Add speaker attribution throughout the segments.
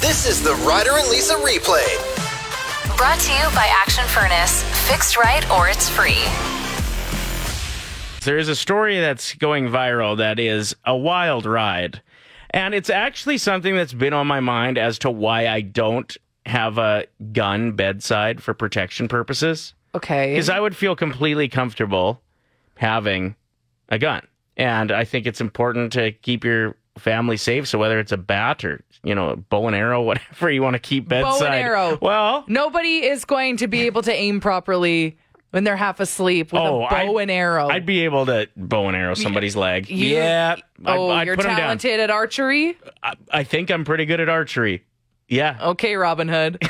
Speaker 1: This is the Ryder and Lisa replay.
Speaker 2: Brought to you by Action Furnace. Fixed right or it's free.
Speaker 3: There is a story that's going viral that is a wild ride. And it's actually something that's been on my mind as to why I don't have a gun bedside for protection purposes.
Speaker 4: Okay.
Speaker 3: Because I would feel completely comfortable having a gun. And I think it's important to keep your family safe. So whether it's a bat or, you know, a bow and arrow, whatever you want to keep
Speaker 4: and
Speaker 3: bedside.
Speaker 4: arrow.
Speaker 3: Well,
Speaker 4: Nobody is going to be able to aim properly when they're half asleep with
Speaker 3: Oh,
Speaker 4: a bow
Speaker 3: I'd-
Speaker 4: and arrow.
Speaker 3: I'd be able to bow and arrow somebody's leg.
Speaker 4: you-
Speaker 3: yeah. I-
Speaker 4: oh,
Speaker 3: I'd
Speaker 4: you're
Speaker 3: put 'em down.
Speaker 4: talented at archery.
Speaker 3: I, I think I'm pretty good at archery. Yeah.
Speaker 4: Okay, Robin Hood.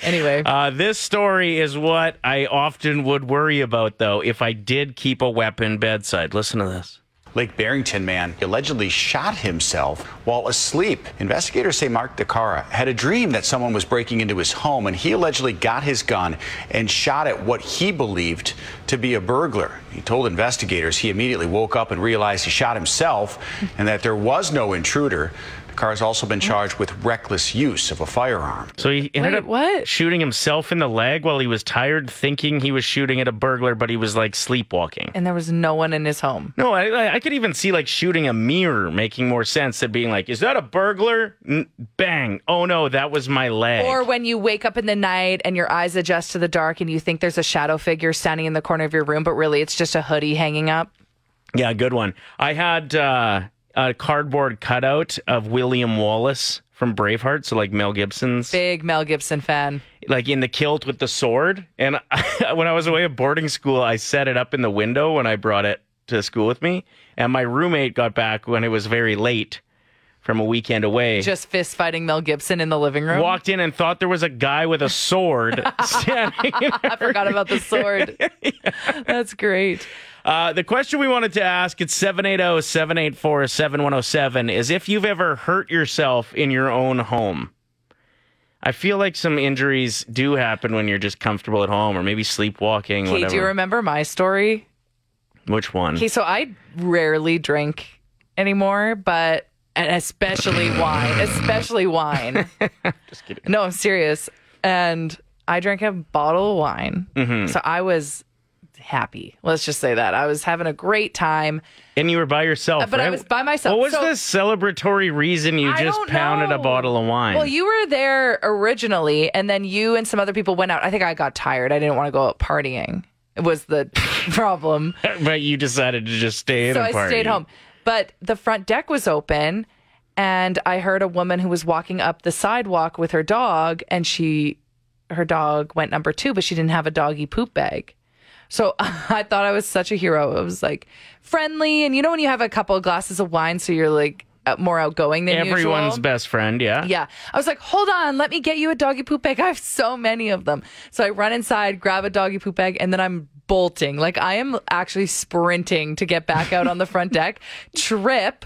Speaker 4: anyway,
Speaker 3: Uh, this story is what I often would worry about, though, if I did keep a weapon bedside. Listen to this.
Speaker 5: Lake Barrington man allegedly shot himself while asleep. Investigators say Mark DeCara had a dream that someone was breaking into his home, and he allegedly got his gun and shot at what he believed to be a burglar. He told investigators he immediately woke up and realized he shot himself and that there was no intruder. DeCara has also been charged with reckless use of a firearm.
Speaker 3: So he ended
Speaker 4: Wait,
Speaker 3: up
Speaker 4: what?
Speaker 3: shooting himself in the leg while he was tired, thinking he was shooting at a burglar, but he was like sleepwalking.
Speaker 4: and there was no one in his home.
Speaker 3: No, I, I- I could even see like shooting a mirror making more sense than being like, is that a burglar? N- bang. Oh no, that was my leg.
Speaker 4: Or when you wake up in the night and your eyes adjust to the dark and you think there's a shadow figure standing in the corner of your room, but really it's just a hoodie hanging up.
Speaker 3: Yeah, good one. I had uh, a cardboard cutout of William Wallace from Braveheart, so like Mel Gibson's,
Speaker 4: Big Mel Gibson fan.
Speaker 3: like in the kilt with the sword. And when I was away at boarding school, I set it up in the window when I brought it to school with me. And my roommate got back when it was very late from a weekend away.
Speaker 4: Just fist fighting Mel Gibson in the living room.
Speaker 3: Walked in and thought there was a guy with a sword standing. in
Speaker 4: I forgot about the sword. That's great.
Speaker 3: Uh, the question we wanted to ask at 780 784 7107 is if you've ever hurt yourself in your own home. I feel like some injuries do happen when you're just comfortable at home or maybe sleepwalking,
Speaker 4: Kate,
Speaker 3: whatever.
Speaker 4: do you remember my story?
Speaker 3: Which one?
Speaker 4: Okay, so I rarely drink anymore, but and especially wine, especially wine. Just kidding. No, I'm serious. And I drank a bottle of wine, so I was happy. Let's just say that I was having a great time.
Speaker 3: and you were by yourself.
Speaker 4: But I
Speaker 3: right?
Speaker 4: was by myself,
Speaker 3: What was
Speaker 4: so-
Speaker 3: the celebratory reason you
Speaker 4: I
Speaker 3: just
Speaker 4: don't
Speaker 3: pounded a
Speaker 4: know.
Speaker 3: bottle of wine?
Speaker 4: Well, you were there originally, and then you and some other people went out. I think I got tired. I didn't want to go out partying. It was the problem.
Speaker 3: but you decided to just stay in
Speaker 4: so
Speaker 3: and
Speaker 4: I
Speaker 3: party.
Speaker 4: stayed home. But the front deck was open, and I heard a woman who was walking up the sidewalk with her dog, and she, her dog went number two, but she didn't have a doggy poop bag. So I thought I was such a hero. I was like friendly, and you know when you have a couple of glasses of wine, so you're like out- more outgoing than
Speaker 3: Everyone's
Speaker 4: usual?
Speaker 3: best friend, yeah?
Speaker 4: Yeah. I was like, hold on, let me get you a doggy poop bag. I have so many of them. So I run inside, grab a doggy poop bag, and then I'm bolting. Like I am actually sprinting to get back out on the front deck, trip,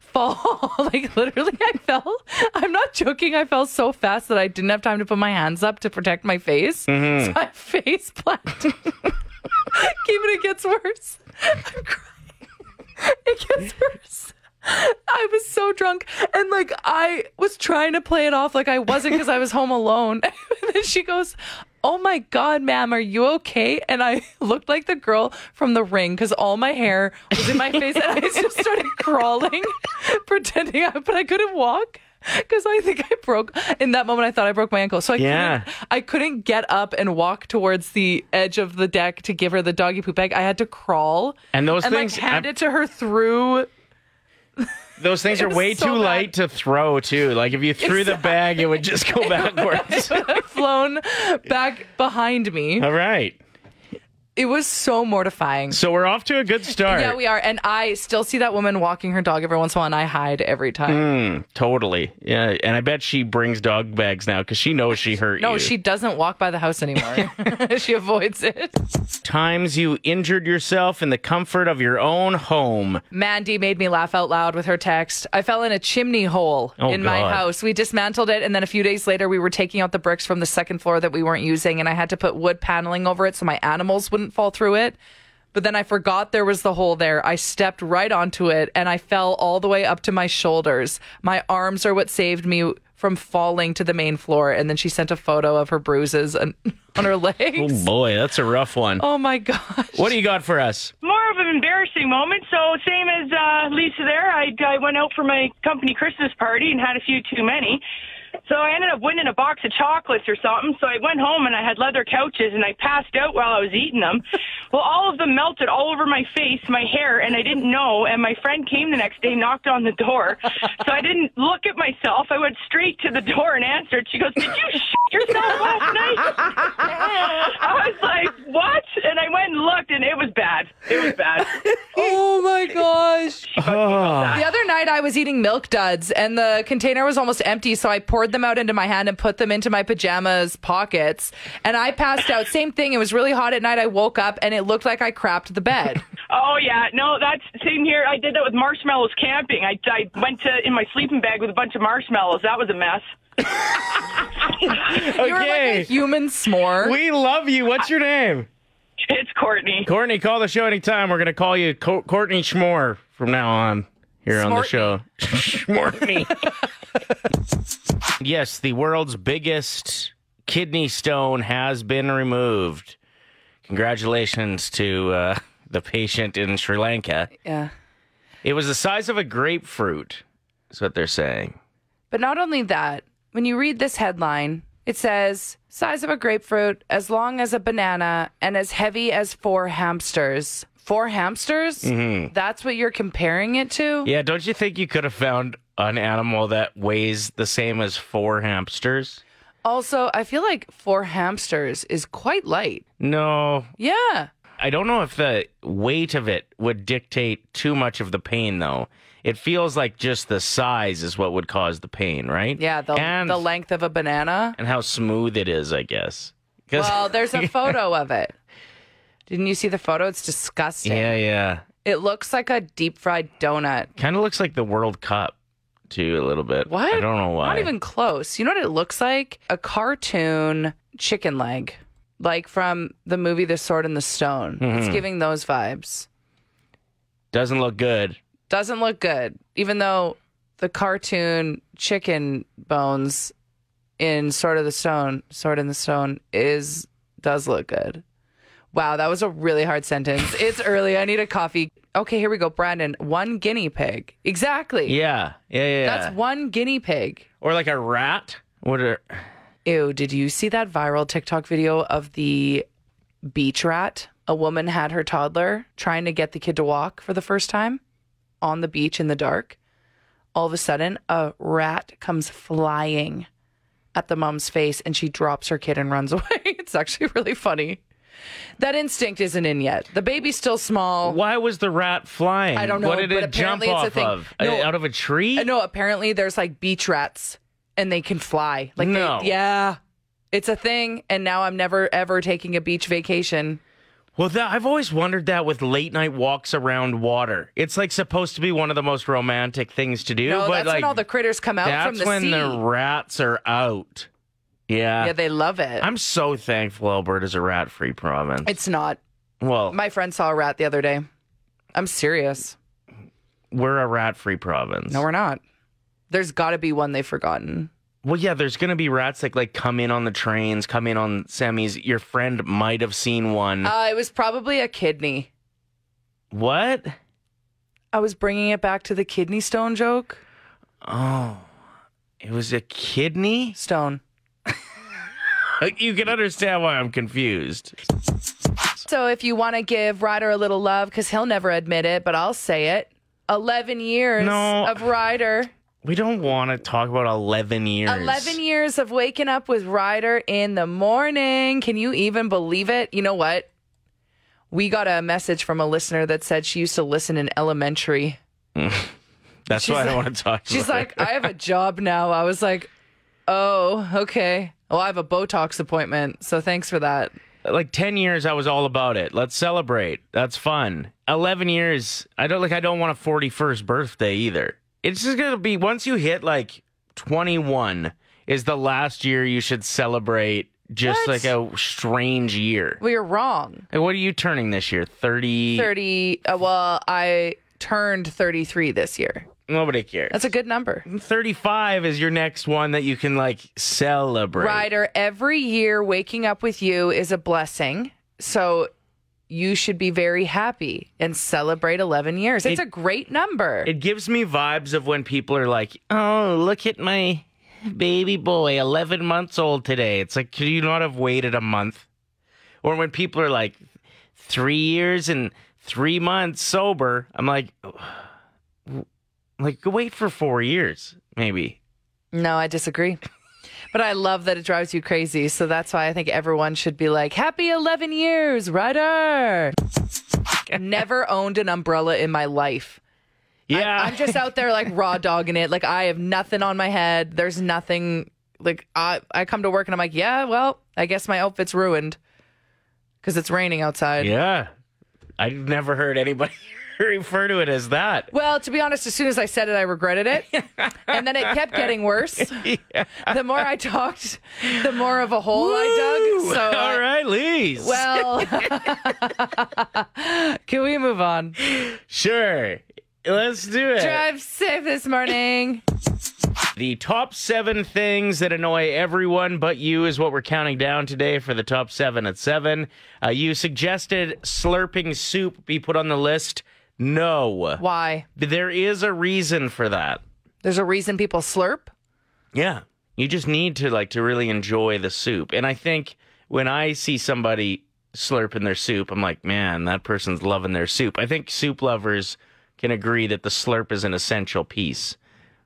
Speaker 4: fall. like literally, I fell. I'm not joking. I fell so fast that I didn't have time to put my hands up to protect my face. So I face planted. Even it gets worse. I'm crying. It gets worse. I was so drunk, and like I was trying to play it off like I wasn't because I was home alone. and then she goes, "Oh my god, ma'am, are you okay?" And I looked like the girl from The Ring because all my hair was in my face, and I just started crawling, pretending, I, but I couldn't walk. Because I think I broke in that moment. I thought I broke my ankle, so I
Speaker 3: Yeah.
Speaker 4: couldn't I couldn't get up and walk towards the edge of the deck to give her the doggy poop bag. I had to crawl
Speaker 3: And those
Speaker 4: and
Speaker 3: things.
Speaker 4: like hand
Speaker 3: I'm-
Speaker 4: it to her through.
Speaker 3: Those things
Speaker 4: It
Speaker 3: are
Speaker 4: was
Speaker 3: way
Speaker 4: so
Speaker 3: too
Speaker 4: bad.
Speaker 3: light to throw, too. Like if you threw the bag, it would just go backwards.
Speaker 4: flown back behind me.
Speaker 3: All right.
Speaker 4: It was so mortifying.
Speaker 3: So we're off to a good start.
Speaker 4: Yeah, we are. And I still see that woman walking her dog every once in a while, and I hide every
Speaker 3: Mm.
Speaker 4: time.
Speaker 3: totally. Yeah, and I bet she brings dog bags now because she knows she hurt you.
Speaker 4: No, she doesn't walk by the house anymore. she avoids it.
Speaker 3: times you injured yourself in the comfort of your own home.
Speaker 4: Mandy made me laugh out loud with her text. I fell in a chimney hole
Speaker 3: Oh,
Speaker 4: in my
Speaker 3: God.
Speaker 4: house. We dismantled it, and then a few days later, we were taking out the bricks from the second floor that we weren't using, and I had to put wood paneling over it so my animals wouldn't fall through it. But then I forgot there was the hole there. I stepped right onto it, and I fell all the way up to my shoulders. My arms are what saved me from falling to the main floor. And then she sent a photo of her bruises on, on her legs.
Speaker 3: Oh boy, that's a rough one.
Speaker 4: Oh my gosh.
Speaker 3: What do you got for us?
Speaker 6: more of an embarrassing moment. So same as uh, Lisa there, I, I went out for my company Christmas party and had a few too many. So I ended up winning a box of chocolates or something. So I went home and I had leather couches and I passed out while I was eating them. Well, all of them melted all over my face, my hair, and I didn't know. And my friend came the next day, knocked on the door. So I didn't look at myself. I went straight to the door and answered. She goes, "Did you shit yourself last night?" I was like, "What?" And I went and looked, and it was bad. It was bad.
Speaker 4: Oh my gosh.
Speaker 3: Oh,
Speaker 4: The other night I was eating milk duds and the container was almost empty, so I poured them out into my hand and put them into my pajamas pockets. And I passed out. Same thing. It was really hot at night. I woke up and it looked like I crapped the bed.
Speaker 6: Oh yeah, no, that's same here. I did that with marshmallows camping. I, I went to in my sleeping bag with a bunch of marshmallows. That was a mess.
Speaker 4: You were like a
Speaker 3: okay.
Speaker 4: human s'more.
Speaker 3: We love you. What's your name?
Speaker 6: It's Courtney.
Speaker 3: Courtney, call the show anytime. We're gonna call you Co- Courtney Schmore from now on here on the
Speaker 4: Smortney.
Speaker 3: show. Schmortney. yes, the world's biggest kidney stone has been removed. Congratulations to uh, the patient in Sri Lanka.
Speaker 4: yeah.
Speaker 3: It was the size of a grapefruit. Is what they're saying.
Speaker 4: But not only that, when you read this headline, it says size of a grapefruit, as long as a banana, and as heavy as four hamsters. Four hamsters? That's what you're comparing it to?
Speaker 3: Mm-hmm. Yeah, don't you think you could have found an animal that weighs the same as four hamsters?
Speaker 4: Also, I feel like four hamsters is quite light.
Speaker 3: No,
Speaker 4: Yeah.
Speaker 3: I don't know if the weight of it would dictate too much of the pain, though. It feels like just the size is what would cause the pain, right?
Speaker 4: Yeah, the,
Speaker 3: and,
Speaker 4: the length of a banana.
Speaker 3: and how smooth it is, I guess. 'Cause-
Speaker 4: Well, there's a photo of it. Didn't you see the photo? It's disgusting.
Speaker 3: yeah, yeah.
Speaker 4: It looks like a deep fried donut.
Speaker 3: Kind of looks like the World Cup too, a little bit.
Speaker 4: What?
Speaker 3: I don't know why.
Speaker 4: Not even close. You know what it looks like? A cartoon chicken leg, like from the movie The Sword and the Stone. It's
Speaker 3: Mm-hmm.
Speaker 4: giving those vibes.
Speaker 3: Doesn't look good.
Speaker 4: Doesn't look good, even though the cartoon chicken bones in Sword of the Stone, Sword in the Stone is does look good. Wow, that was a really hard sentence. It's early. I need a coffee. Okay, here we go. Brandon, one guinea pig. Exactly.
Speaker 3: Yeah, yeah, yeah. yeah.
Speaker 4: That's one guinea pig.
Speaker 3: or like a rat. What? Are,
Speaker 4: Ew, did you see that viral TikTok video of the beach rat? A woman had her toddler trying to get the kid to walk for the first time on the beach in the dark. All of a sudden, a rat comes flying at the mom's face and she drops her kid and runs away. It's actually really funny. That instinct isn't in yet. The baby's still small.
Speaker 3: why was the rat flying?
Speaker 4: Oh. I don't know,
Speaker 3: What did
Speaker 4: but
Speaker 3: it jump
Speaker 4: apparently it's a
Speaker 3: off
Speaker 4: thing.
Speaker 3: of?
Speaker 4: No.
Speaker 3: out of a tree?
Speaker 4: Uh, No, apparently there's like beach rats and they can fly. Like they-
Speaker 3: No.
Speaker 4: yeah. It's a thing and now I'm never ever taking a beach vacation.
Speaker 3: Well, that, I've always wondered that with late night walks around water. It's like supposed to be one of the most romantic things to do.
Speaker 4: No,
Speaker 3: but
Speaker 4: that's
Speaker 3: like,
Speaker 4: when all the critters come out from
Speaker 3: that's
Speaker 4: the
Speaker 3: when
Speaker 4: sea.
Speaker 3: the rats are out. Yeah.
Speaker 4: yeah, they love it.
Speaker 3: I'm so thankful Alberta's a rat free province.
Speaker 4: it's not.
Speaker 3: well,
Speaker 4: My friend saw a rat the other day. I'm serious.
Speaker 3: we're a rat free province.
Speaker 4: No, we're not. There's got to be one they've forgotten.
Speaker 3: well, yeah, there's going to be rats that like come in on the trains, come in on semis. Your friend might have seen one.
Speaker 4: Uh, it was probably a kidney.
Speaker 3: what?
Speaker 4: I was bringing it back to the kidney stone joke.
Speaker 3: Oh, it was a kidney? Uh,
Speaker 4: Stone.
Speaker 3: You can understand why I'm confused.
Speaker 4: So if you want to give Ryder a little love, because he'll never admit it, but I'll say it. 11 years
Speaker 3: No.
Speaker 4: of Ryder.
Speaker 3: We don't want to talk about 11 years.
Speaker 4: 11 years of waking up with Ryder in the morning. Can you even believe it? You know what? We got a message from a listener that said she used to listen in elementary.
Speaker 3: That's
Speaker 4: She's
Speaker 3: why I don't
Speaker 4: like-
Speaker 3: want to talk
Speaker 4: She's
Speaker 3: about
Speaker 4: like, I have a job now. I was like, oh, okay. Well, I have a Botox appointment. So thanks for that.
Speaker 3: it. Like 10 years, I was all about it. Let's celebrate. That's fun. 11 years, I don't like, I don't want a 41st birthday either. It's just going to be once you hit like 21 is the last year you should celebrate just
Speaker 4: What?
Speaker 3: like a strange year.
Speaker 4: Well, you're wrong.
Speaker 3: Like, what are you turning this year? 30?
Speaker 4: 30. Uh, well, I turned 33 this year.
Speaker 3: Nobody cares.
Speaker 4: That's a good number.
Speaker 3: 35 is your next one that you can like celebrate.
Speaker 4: Ryder, every year waking up with you is a blessing. So you should be very happy and celebrate 11 years. It's
Speaker 3: It-
Speaker 4: a great number.
Speaker 3: It gives me vibes of when people are like, "Oh, look at my baby boy, 11 months old today." It's like, "Could you not have waited a month?" Or when people are like 3 years and 3 months sober, I'm like like wait for 4 years maybe.
Speaker 4: no, I disagree. But I love that it drives you crazy. So that's why I think everyone should be like, Happy 11 years, Ryder. Never owned an umbrella in my life.
Speaker 3: Yeah.
Speaker 4: I'm just out there like raw dogging it. Like I have nothing on my head. There's nothing. Like I, I come to work and I'm like, yeah, well, I guess my outfit's ruined because it's raining outside.
Speaker 3: yeah. I've never heard anybody refer to it as that.
Speaker 4: Well, to be honest, as soon as I said it, I regretted it, and then it kept getting worse. The more I talked, the more of a hole I dug. So, I-
Speaker 3: All right, Lise.
Speaker 4: well, can we move on?
Speaker 3: sure. Let's do it.
Speaker 4: Drive safe this morning.
Speaker 3: The top seven things that annoy everyone but you is what we're counting down today for the top seven at seven. Uh, you suggested slurping soup be put on the list. No.
Speaker 4: Why?
Speaker 3: There is a reason for that.
Speaker 4: There's a reason people slurp.
Speaker 3: Yeah. You just need to like to really enjoy the soup. And I think when I see somebody slurping their soup, I'm like, man, that person's loving their soup. I think soup lovers can agree that the slurp is an essential piece.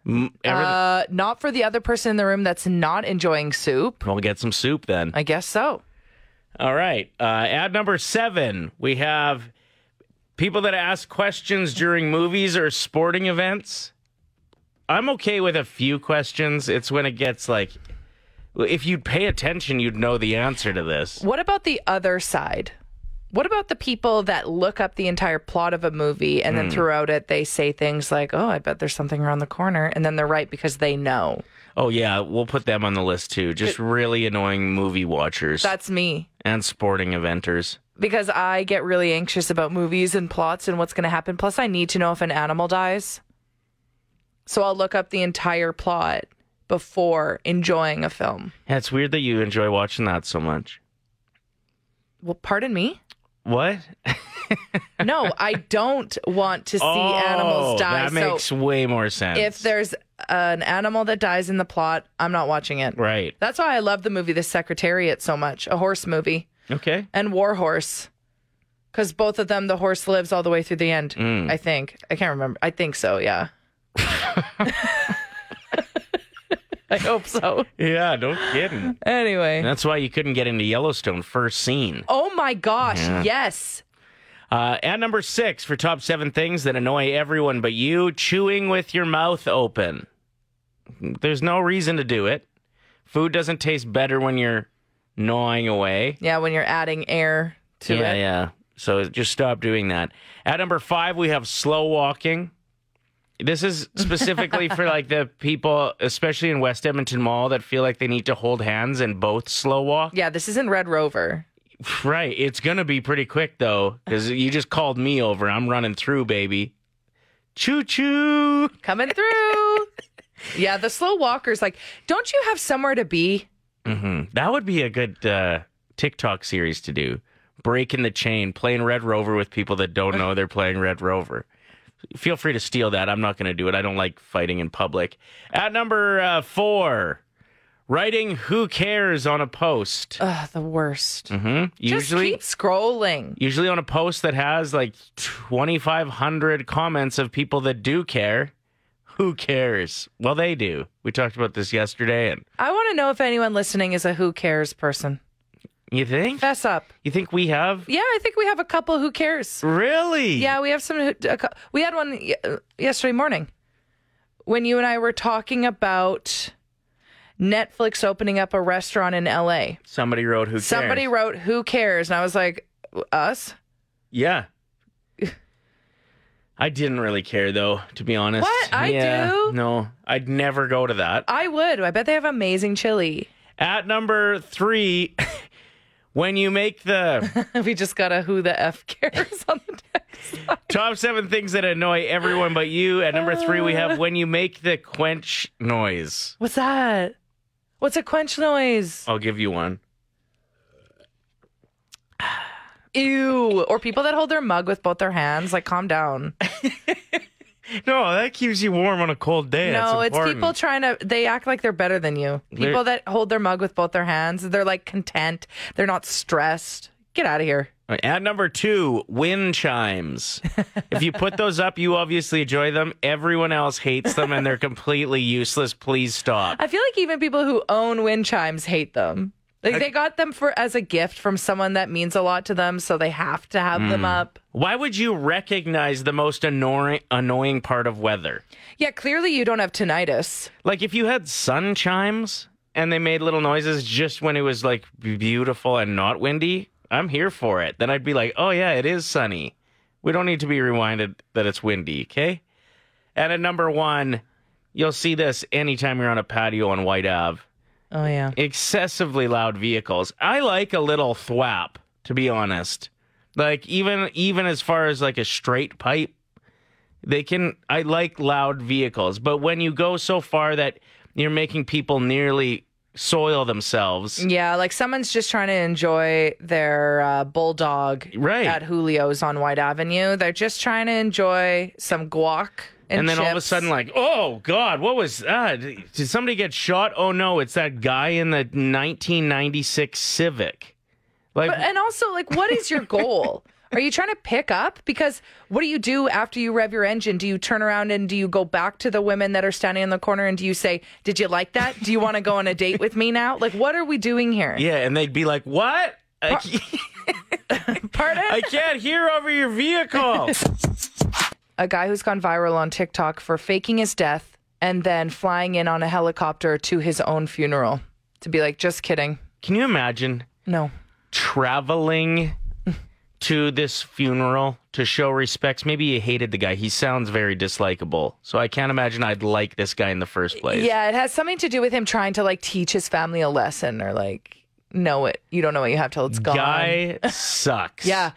Speaker 3: Mm, everyth-
Speaker 4: Uh, not for the other person in the room that's not enjoying soup.
Speaker 3: we'll get some soup then.
Speaker 4: I guess so.
Speaker 3: All right. Uh, ad number seven, we have people that ask questions during movies or sporting events. I'm okay with a few questions. It's when it gets like, if you'd pay attention, you'd know the answer to this.
Speaker 4: What about the other side? What about the people that look up the entire plot of a movie and then throughout it they say things like, "Oh, I bet there's something around the corner," and then they're right because they know.
Speaker 3: Oh, yeah. We'll put them on the list too. Just really annoying movie watchers
Speaker 4: That's me
Speaker 3: and sporting eventers.
Speaker 4: because I get really anxious about movies and plots and what's going to happen. Plus, I need to know if an animal dies, so I'll look up the entire plot before enjoying a film.
Speaker 3: Yeah, it's weird that you enjoy watching that so much.
Speaker 4: Well, pardon me.
Speaker 3: What?
Speaker 4: No, I don't want to see animals die.
Speaker 3: Oh, That
Speaker 4: so
Speaker 3: makes way more sense.
Speaker 4: if there's an animal that dies in the plot, I'm not watching it.
Speaker 3: Right.
Speaker 4: That's why I love the movie The Secretariat so much, a horse movie,
Speaker 3: Okay.
Speaker 4: and War Horse. Because both of them, the horse lives all the way through the end,
Speaker 3: Mm.
Speaker 4: I think. I can't remember. I think so, yeah. I hope so.
Speaker 3: Yeah, no kidding.
Speaker 4: Anyway.
Speaker 3: That's why you couldn't get into Yellowstone first scene.
Speaker 4: Oh my gosh, yes.
Speaker 3: Uh, at number six for top seven things that annoy everyone but you, chewing with your mouth open. There's no reason to do it. Food doesn't taste better when you're gnawing away.
Speaker 4: Yeah, when you're adding air to
Speaker 3: yeah,
Speaker 4: it.
Speaker 3: yeah. So just stop doing that. At number five, we have slow walking. This is specifically for like the people, especially in West Edmonton Mall, that feel like they need to hold hands and both slow walk.
Speaker 4: Yeah, this isn't Red Rover.
Speaker 3: Right. It's going to be pretty quick, though, because you just called me over. I'm running through, baby. Choo choo.
Speaker 4: Coming through. yeah, the slow walkers, like, don't you have somewhere to be?
Speaker 3: hmm That would be a good uh, TikTok series to do. Breaking the chain, playing Red Rover with people that don't know they're playing Red Rover. Feel free to steal that. I'm not going to do it. I don't like fighting in public. At number uh, four, writing who cares on a post.
Speaker 4: Ugh, the worst.
Speaker 3: hmm Usually.
Speaker 4: Uh, Just keep scrolling.
Speaker 3: usually on a post that has like 2500 comments of people that do care who cares well they do we talked about this yesterday and
Speaker 4: I want to know if anyone listening is a who cares person.
Speaker 3: you think
Speaker 4: Fess up.
Speaker 3: you think we have
Speaker 4: Yeah, I think we have a couple who cares.
Speaker 3: really
Speaker 4: Yeah, we have some. Who, a, cou- we had one y- uh, yesterday morning when you and I were talking about Netflix opening up a restaurant in LA.
Speaker 3: somebody wrote who cares
Speaker 4: Somebody wrote, "Who cares?" and I was like, "Us."
Speaker 3: yeah i didn't really care though to be honest
Speaker 4: What? I
Speaker 3: Yeah,
Speaker 4: do.
Speaker 3: no i'd never go to that
Speaker 4: I would. I bet they have amazing chili.
Speaker 3: at number three when you make the
Speaker 4: we just got a who the f cares on the text.
Speaker 3: Top seven things that annoy everyone but you. At number three, we have when you make the quench noise.
Speaker 4: What's that? What's a quench noise?
Speaker 3: I'll give you one.
Speaker 4: Ew. Or people that hold their mug with both their hands. Like, calm down.
Speaker 3: No, that keeps you warm on a cold day.
Speaker 4: no,
Speaker 3: That's
Speaker 4: it's
Speaker 3: important.
Speaker 4: people trying to, they act like they're better than you.
Speaker 3: They're-
Speaker 4: People that hold their mug with both their hands, they're like content. They're not stressed. Get out of here.
Speaker 3: At number two, wind chimes. if you put those up, you obviously enjoy them. Everyone else hates them and they're completely useless. Please stop.
Speaker 4: I feel like even people who own wind chimes hate them. Like they got them for as a gift from someone that means a lot to them, so they have to have them
Speaker 3: Mm.
Speaker 4: up.
Speaker 3: Why would you recognize the most annoying annoying part of weather?
Speaker 4: Yeah, clearly you don't have tinnitus.
Speaker 3: Like if you had sun chimes and they made little noises just when it was like beautiful and not windy, I'm here for it. Then I'd be like, oh yeah, it is sunny. We don't need to be reminded that it's windy, okay? And at number one, you'll see this anytime you're on a patio on White Ave.
Speaker 4: Oh yeah.
Speaker 3: Excessively loud vehicles. I like a little thwap, to be honest. Like even even as far as like a straight pipe, they can I like loud vehicles, but when you go so far that you're making people nearly soil themselves.
Speaker 4: Yeah, like someone's just trying to enjoy their uh, bulldog
Speaker 3: Right.
Speaker 4: at Julio's on White Avenue. They're just trying to enjoy some guac and,
Speaker 3: And, then all of a
Speaker 4: chips.
Speaker 3: sudden, like, oh God, what was that? Did somebody get shot? Oh no, it's that guy in the 1996 Civic. Like,
Speaker 4: But- uh, and also, like, what is your goal? Are you trying to pick up? Because what do you do after you rev your engine? Do you turn around and do you go back to the women that are standing in the corner and do you say, Did you like that? Do you want to go on a date with me now? Like, what are we doing here?
Speaker 3: yeah, and they'd be like, what? I can't-
Speaker 4: Pardon?
Speaker 3: I can't hear over your vehicle.
Speaker 4: a guy who's gone viral on TikTok for faking his death and then flying in on a helicopter to his own funeral to be like, Just kidding.
Speaker 3: Can you imagine
Speaker 4: No.
Speaker 3: traveling to this funeral to show respects? Maybe you hated the guy. He sounds very dislikable. So I can't imagine I'd like this guy in the first place.
Speaker 4: Yeah, it has something to do with him trying to like teach his family a lesson or like know it. You don't know what you have till it's gone.
Speaker 3: Guy sucks.
Speaker 4: Yeah.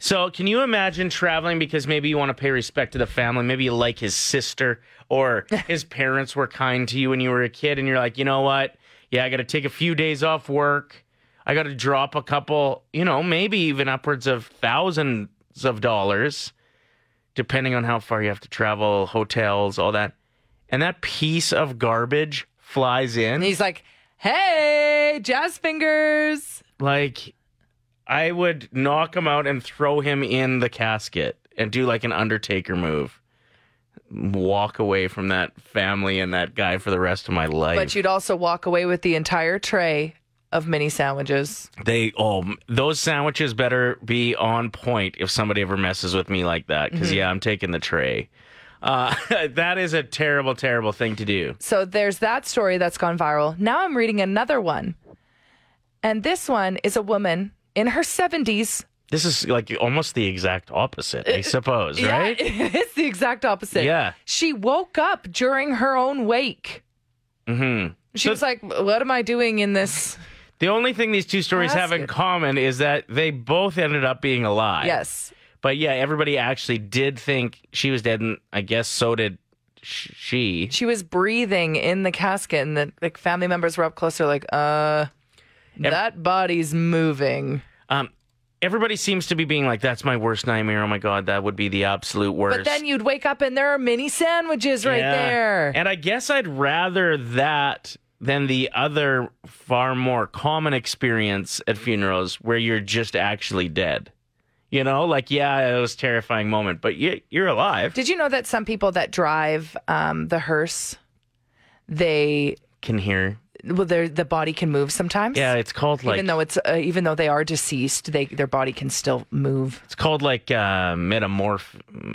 Speaker 3: So, can you imagine traveling because maybe you want to pay respect to the family? Maybe you like his sister or his parents were kind to you when you were a kid, and you're like, you know what? Yeah, I got to take a few days off work. I got to drop a couple, you know, maybe even upwards of thousands of dollars, depending on how far you have to travel, hotels, all that. And that piece of garbage flies in.
Speaker 4: And he's like, hey, jazz fingers.
Speaker 3: like I would knock him out and throw him in the casket and do like an Undertaker move. Walk away from that family and that guy for the rest of my life.
Speaker 4: But you'd also walk away with the entire tray of mini sandwiches.
Speaker 3: they oh m- those sandwiches better be on point if somebody ever messes with me like that
Speaker 4: Mm-hmm.
Speaker 3: because yeah I'm taking the tray. Uh, that is a terrible, terrible thing to do.
Speaker 4: So there's that story that's gone viral. Now I'm reading another one. And this one is a woman in her 70s.
Speaker 3: This is like almost the exact opposite, I suppose, right?
Speaker 4: Uh, Yeah, it's the exact opposite.
Speaker 3: Yeah.
Speaker 4: She woke up during her own wake.
Speaker 3: Mm-hmm.
Speaker 4: She was like, what am I doing in this?
Speaker 3: The only thing these two stories have in
Speaker 4: Basket.
Speaker 3: common is that they both ended up being alive.
Speaker 4: Yes.
Speaker 3: But yeah, everybody actually did think she was dead, and I guess so did sh- she.
Speaker 4: She was breathing in the casket, and the like, family members were up close. They're like, uh, that body's moving.
Speaker 3: Um, everybody seems to be being like, "That's my worst nightmare." Oh my god, that would be the absolute worst.
Speaker 4: But then you'd wake up and there are mini sandwiches right
Speaker 3: Yeah.
Speaker 4: there.
Speaker 3: And I guess I'd rather that than the other far more common experience at funerals where you're just actually dead. You know, like yeah, it was a terrifying moment, but you, you're alive.
Speaker 4: Did you know that some people that drive um, the hearse, they
Speaker 3: Can hear.
Speaker 4: well, their the body can move sometimes.
Speaker 3: Yeah, it's called like
Speaker 4: even though it's uh, even though they are deceased, they their body can still move.
Speaker 3: It's called like uh, metamorph,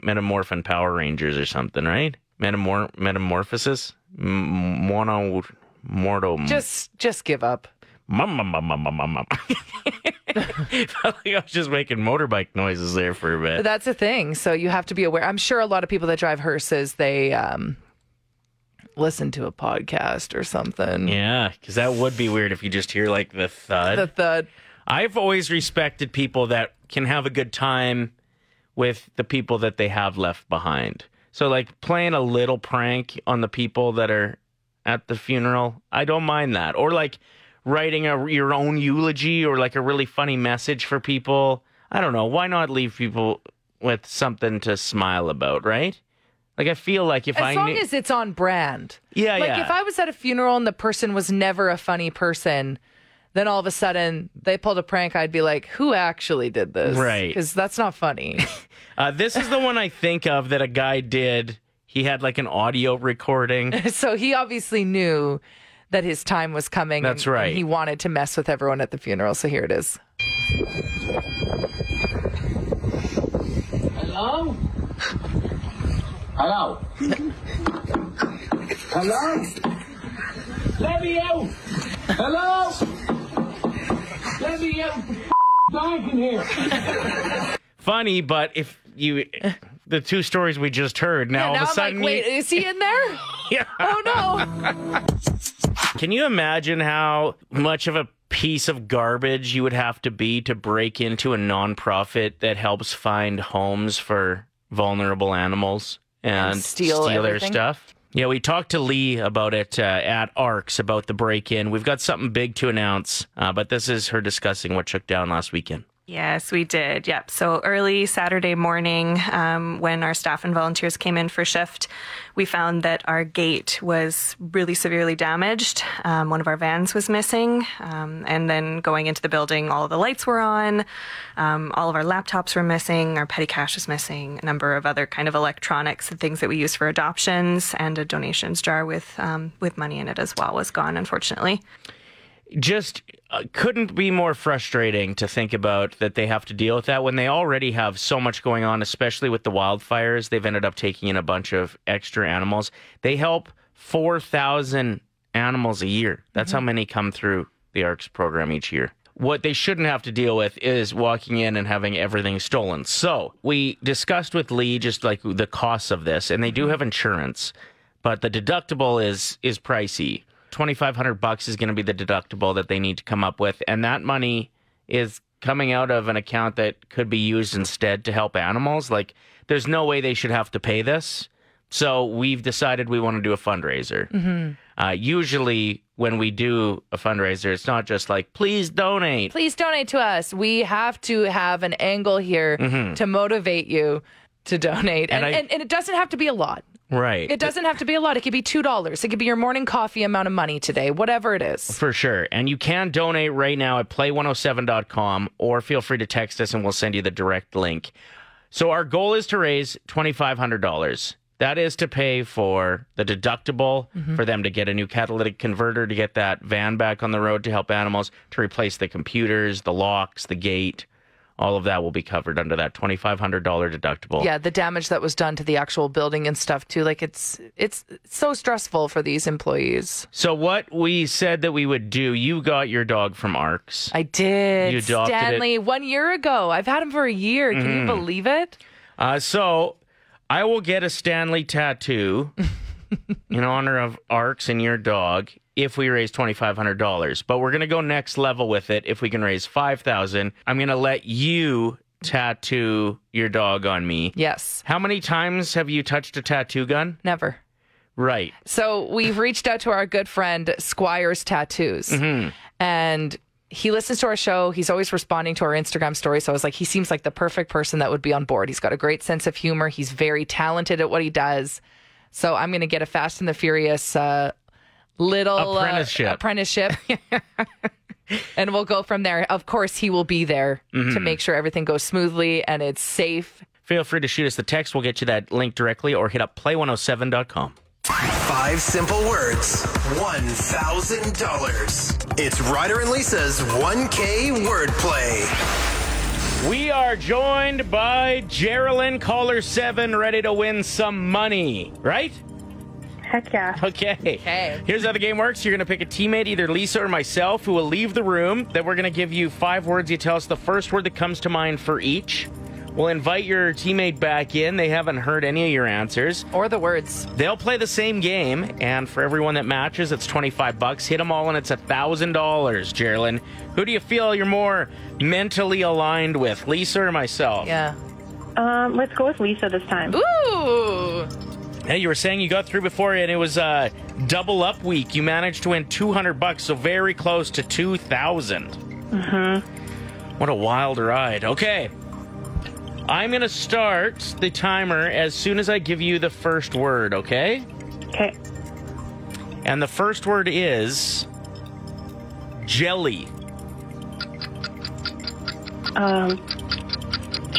Speaker 3: metamorph and Power Rangers or something, right? Metamor, metamorphosis, M- mono, morto,
Speaker 4: Just just give up.
Speaker 3: mum, mum, mum, mum, mum, mum, mum. Felt like I was just making motorbike noises there for a
Speaker 4: But
Speaker 3: bit.
Speaker 4: that's the thing. So you have to be aware. I'm sure a lot of people that drive hearses they um, listen to a podcast or something.
Speaker 3: Yeah, because that would be weird if you just hear like the thud.
Speaker 4: The, the
Speaker 3: I've always respected people that can have a good time with the people that they have left behind. So, like playing a little prank on the people that are at the funeral, I don't mind that. Or like writing a, your own eulogy or like a really funny message for people. I don't know. Why not leave people with something to smile about, right? Like I feel like if I
Speaker 4: As long
Speaker 3: knew-
Speaker 4: as it's on brand.
Speaker 3: Yeah,
Speaker 4: like
Speaker 3: yeah.
Speaker 4: if I was at a funeral and the person was never a funny person, then all of a sudden they pulled a prank, I'd be like, who actually did this?
Speaker 3: Right.
Speaker 4: Because that's not funny.
Speaker 3: Uh, this is the one I think of that a guy did. He had like an audio recording.
Speaker 4: so he obviously knew that his time was coming. and-
Speaker 3: That's right.
Speaker 4: And he wanted to mess with everyone at the funeral. So here it is.
Speaker 7: Hello? Hello? Hello? Let me out! Hello? Let me out! Dying in here!
Speaker 3: Funny, but if you, the two stories we just heard, now all
Speaker 4: now
Speaker 3: of a
Speaker 4: I'm
Speaker 3: sudden,
Speaker 4: like, wait,
Speaker 3: you,
Speaker 4: is he in there?
Speaker 3: Yeah.
Speaker 4: Oh no.
Speaker 3: can you imagine how much of a piece of garbage you would have to be to break into a nonprofit that helps find homes for vulnerable animals and,
Speaker 4: steal
Speaker 3: their
Speaker 4: everything?
Speaker 3: stuff? Yeah, we talked to Lee about it uh, at ARCS about the break in. We've got something big to announce, uh, but this is her discussing what shook down last weekend.
Speaker 8: Yes, we did. Yep. So early Saturday morning, um, when our staff and volunteers came in for shift, we found that our gate was really severely damaged. Um, one of our vans was missing. Um, and then going into the building, all of the lights were on, um, all of our laptops were missing, our petty cash was missing, a number of other kind of electronics and things that we use for adoptions, and a donations jar with, um, with money in it as well was gone, unfortunately.
Speaker 3: just uh, couldn't be more frustrating to think about that they have to deal with that when they already have so much going on, especially with the wildfires. They've ended up taking in a bunch of extra animals. They help 4,000 animals a year. That's how many come through the ARCS program each year. What they shouldn't have to deal with is walking in and having everything stolen. So we discussed with Lee just like the costs of this, and they do have insurance but the deductible is is pricey. Twenty five hundred bucks is going to be the deductible that they need to come up with, and that money is coming out of an account that could be used instead to help animals. Like, there's no way they should have to pay this. So we've decided we want to do a fundraiser. Uh, usually, when we do a fundraiser, it's not just like please donate.
Speaker 4: Please donate to us. We have to have an angle here to motivate you to donate. And,
Speaker 3: Mm-hmm. I-
Speaker 4: and, and it doesn't have to be a lot.
Speaker 3: Right.
Speaker 4: It doesn't have to be a lot. It could be two dollars. It could be your morning coffee amount of money today, whatever it is.
Speaker 3: For sure. And you can donate right now at play107.com or feel free to text us and we'll send you the direct link. So our goal is to raise $2,500. That is to pay for the deductible for them to get a new catalytic converter, to get that van back on the road to help animals, to replace the computers, the locks, the gate. All of that will be covered under that $2,500 deductible.
Speaker 4: Yeah, the damage that was done to the actual building and stuff too. Like it's it's so stressful for these employees.
Speaker 3: So, what we said that we would do, you got your dog from ARCS.
Speaker 4: I did.
Speaker 3: You adopted it. Mm-hmm.
Speaker 4: Stanley, one year ago. I've had him for a year. Can you believe it?
Speaker 3: Uh, so I will get a Stanley tattoo in honor of Arcs and your dog if we raise twenty five hundred dollars. But we're gonna go next level with it if we can raise five thousand. I'm gonna let you tattoo your dog on me.
Speaker 4: Yes.
Speaker 3: How many times have you touched a tattoo gun?
Speaker 4: Never.
Speaker 3: Right.
Speaker 4: So we've reached out to our good friend Squires Tattoos, and he listens to our show. He's always responding to our Instagram story. So I was like, he seems like the perfect person that would be on board. He's got a great sense of humor. He's very talented at what he does. So I'm going to get a Fast and the Furious uh, little uh,
Speaker 3: Apprenticeship.
Speaker 4: apprenticeship. and we'll go from there. Of course, he will be there to make sure everything goes smoothly and it's safe
Speaker 3: Feel free to shoot us the text. We'll get you that link directly or hit up play107.com.
Speaker 1: Five simple words, $1,000. It's Ryder and Lisa's 1K wordplay.
Speaker 3: We are joined by Geraldine, caller seven, ready to win some money, right?
Speaker 9: Heck yeah.
Speaker 3: Okay. Okay. Here's how the game works. You're going to pick a teammate, either Lisa or myself, who will leave the room. Then we're going to give you five words. You tell us the first word that comes to mind for each. We'll invite your teammate back in. They haven't heard any of your answers.
Speaker 4: or the words.
Speaker 3: They'll play the same game, and for everyone that matches, it's 25 bucks. Hit them all, and it's $1,000, Geraldine. Who do you feel you're more mentally aligned with, Lisa or myself?
Speaker 4: Yeah.
Speaker 9: Um, let's go with Lisa this time.
Speaker 4: Ooh.
Speaker 3: Hey, you were saying you got through before, and it was uh, double up week. You managed to win two hundred bucks, so very close to two Mm-hmm. What a wild ride. Okay, I'm gonna start the timer as soon as I give you the first word. Okay,
Speaker 9: Okay.
Speaker 3: and the first word is jelly.
Speaker 9: Um,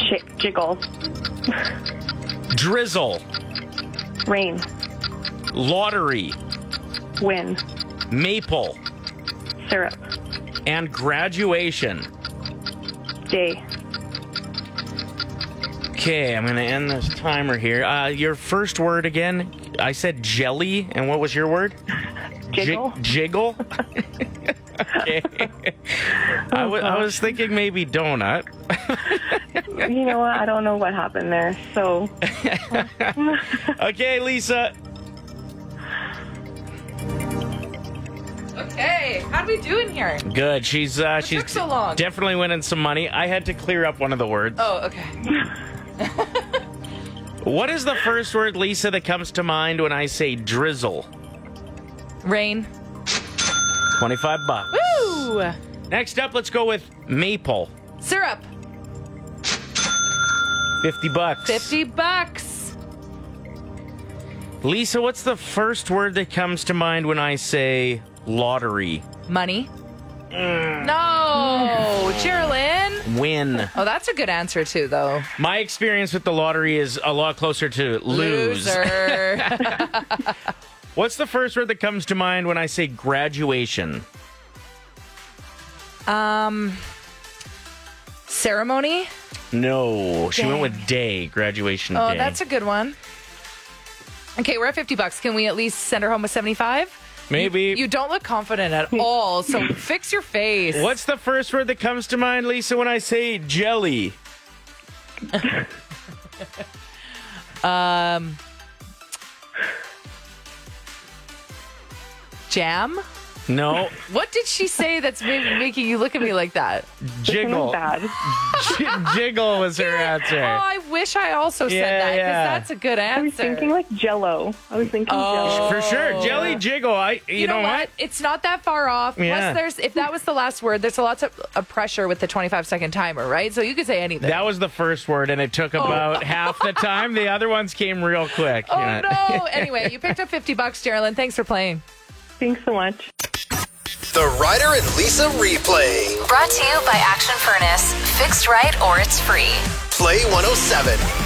Speaker 9: shake, jiggle,
Speaker 3: Drizzle,
Speaker 9: rain,
Speaker 3: lottery,
Speaker 9: win,
Speaker 3: maple,
Speaker 9: syrup,
Speaker 3: and graduation.
Speaker 9: day.
Speaker 3: Okay, I'm gonna end this timer here. Uh, your first word again? I said jelly, and what was your word? Jig-
Speaker 9: Jiggle.
Speaker 3: jiggle. okay. I
Speaker 9: Oh,
Speaker 3: wa- I was thinking maybe donut.
Speaker 9: You know what? I don't know what happened there. So
Speaker 3: Okay, Lisa.
Speaker 4: Okay. How do we do in here?
Speaker 3: Good. She's uh,
Speaker 4: took
Speaker 3: she's
Speaker 4: so long?
Speaker 3: definitely winning some money. I had to clear up one of the words.
Speaker 4: Oh, okay.
Speaker 3: What is the first word, Lisa, that comes to mind when I say drizzle?
Speaker 4: Rain.
Speaker 3: Twenty-five bucks.
Speaker 4: Ooh.
Speaker 3: Next up, let's go with maple.
Speaker 4: Syrup.
Speaker 3: Fifty bucks.
Speaker 4: Fifty bucks.
Speaker 3: Lisa, what's the first word that comes to mind when I say lottery?
Speaker 4: Money.
Speaker 3: Mm.
Speaker 4: No, Sherilyn.
Speaker 3: Win.
Speaker 4: Oh, that's a good answer too, though.
Speaker 3: My experience with the lottery is a lot closer to lose.
Speaker 4: Loser.
Speaker 3: What's the first word that comes to mind when I say graduation?
Speaker 4: um, ceremony.
Speaker 3: No, she went with day, graduation
Speaker 4: Oh,
Speaker 3: day.
Speaker 4: that's a good one. Okay, we're at fifty bucks. Can we at least send her home with seventy-five?
Speaker 3: Maybe.
Speaker 4: You don't look confident at all, so fix your face.
Speaker 3: What's the first word that comes to mind, Lisa, when I say jelly?
Speaker 4: Jam?
Speaker 3: No,
Speaker 4: What did she say that's ma- making you look at me like that?
Speaker 3: jiggle.
Speaker 9: bad.
Speaker 3: J- jiggle was her answer.
Speaker 4: Oh, I wish I also said
Speaker 3: Yeah,
Speaker 4: that because
Speaker 3: yeah.
Speaker 4: that's a good answer.
Speaker 9: I was thinking like Jello. I was thinking Jello.
Speaker 3: For sure, jelly jiggle. I you,
Speaker 4: Oh. you know, what? It's not that far off.
Speaker 3: Yeah.
Speaker 4: Plus, there's if that was the last word, there's a lot of, of pressure with the 25 second timer, right? So you could say anything.
Speaker 3: That was the first word, and it took about half the time. The other ones came real quick.
Speaker 4: oh
Speaker 3: Yeah.
Speaker 4: no! anyway, you picked up 50 bucks, Geraldine. Thanks for playing.
Speaker 9: Thanks so much.
Speaker 1: The Ryder and Lisa replay.
Speaker 2: Brought to you by Action Furnace. Fixed right or it's free.
Speaker 1: oh Play 107.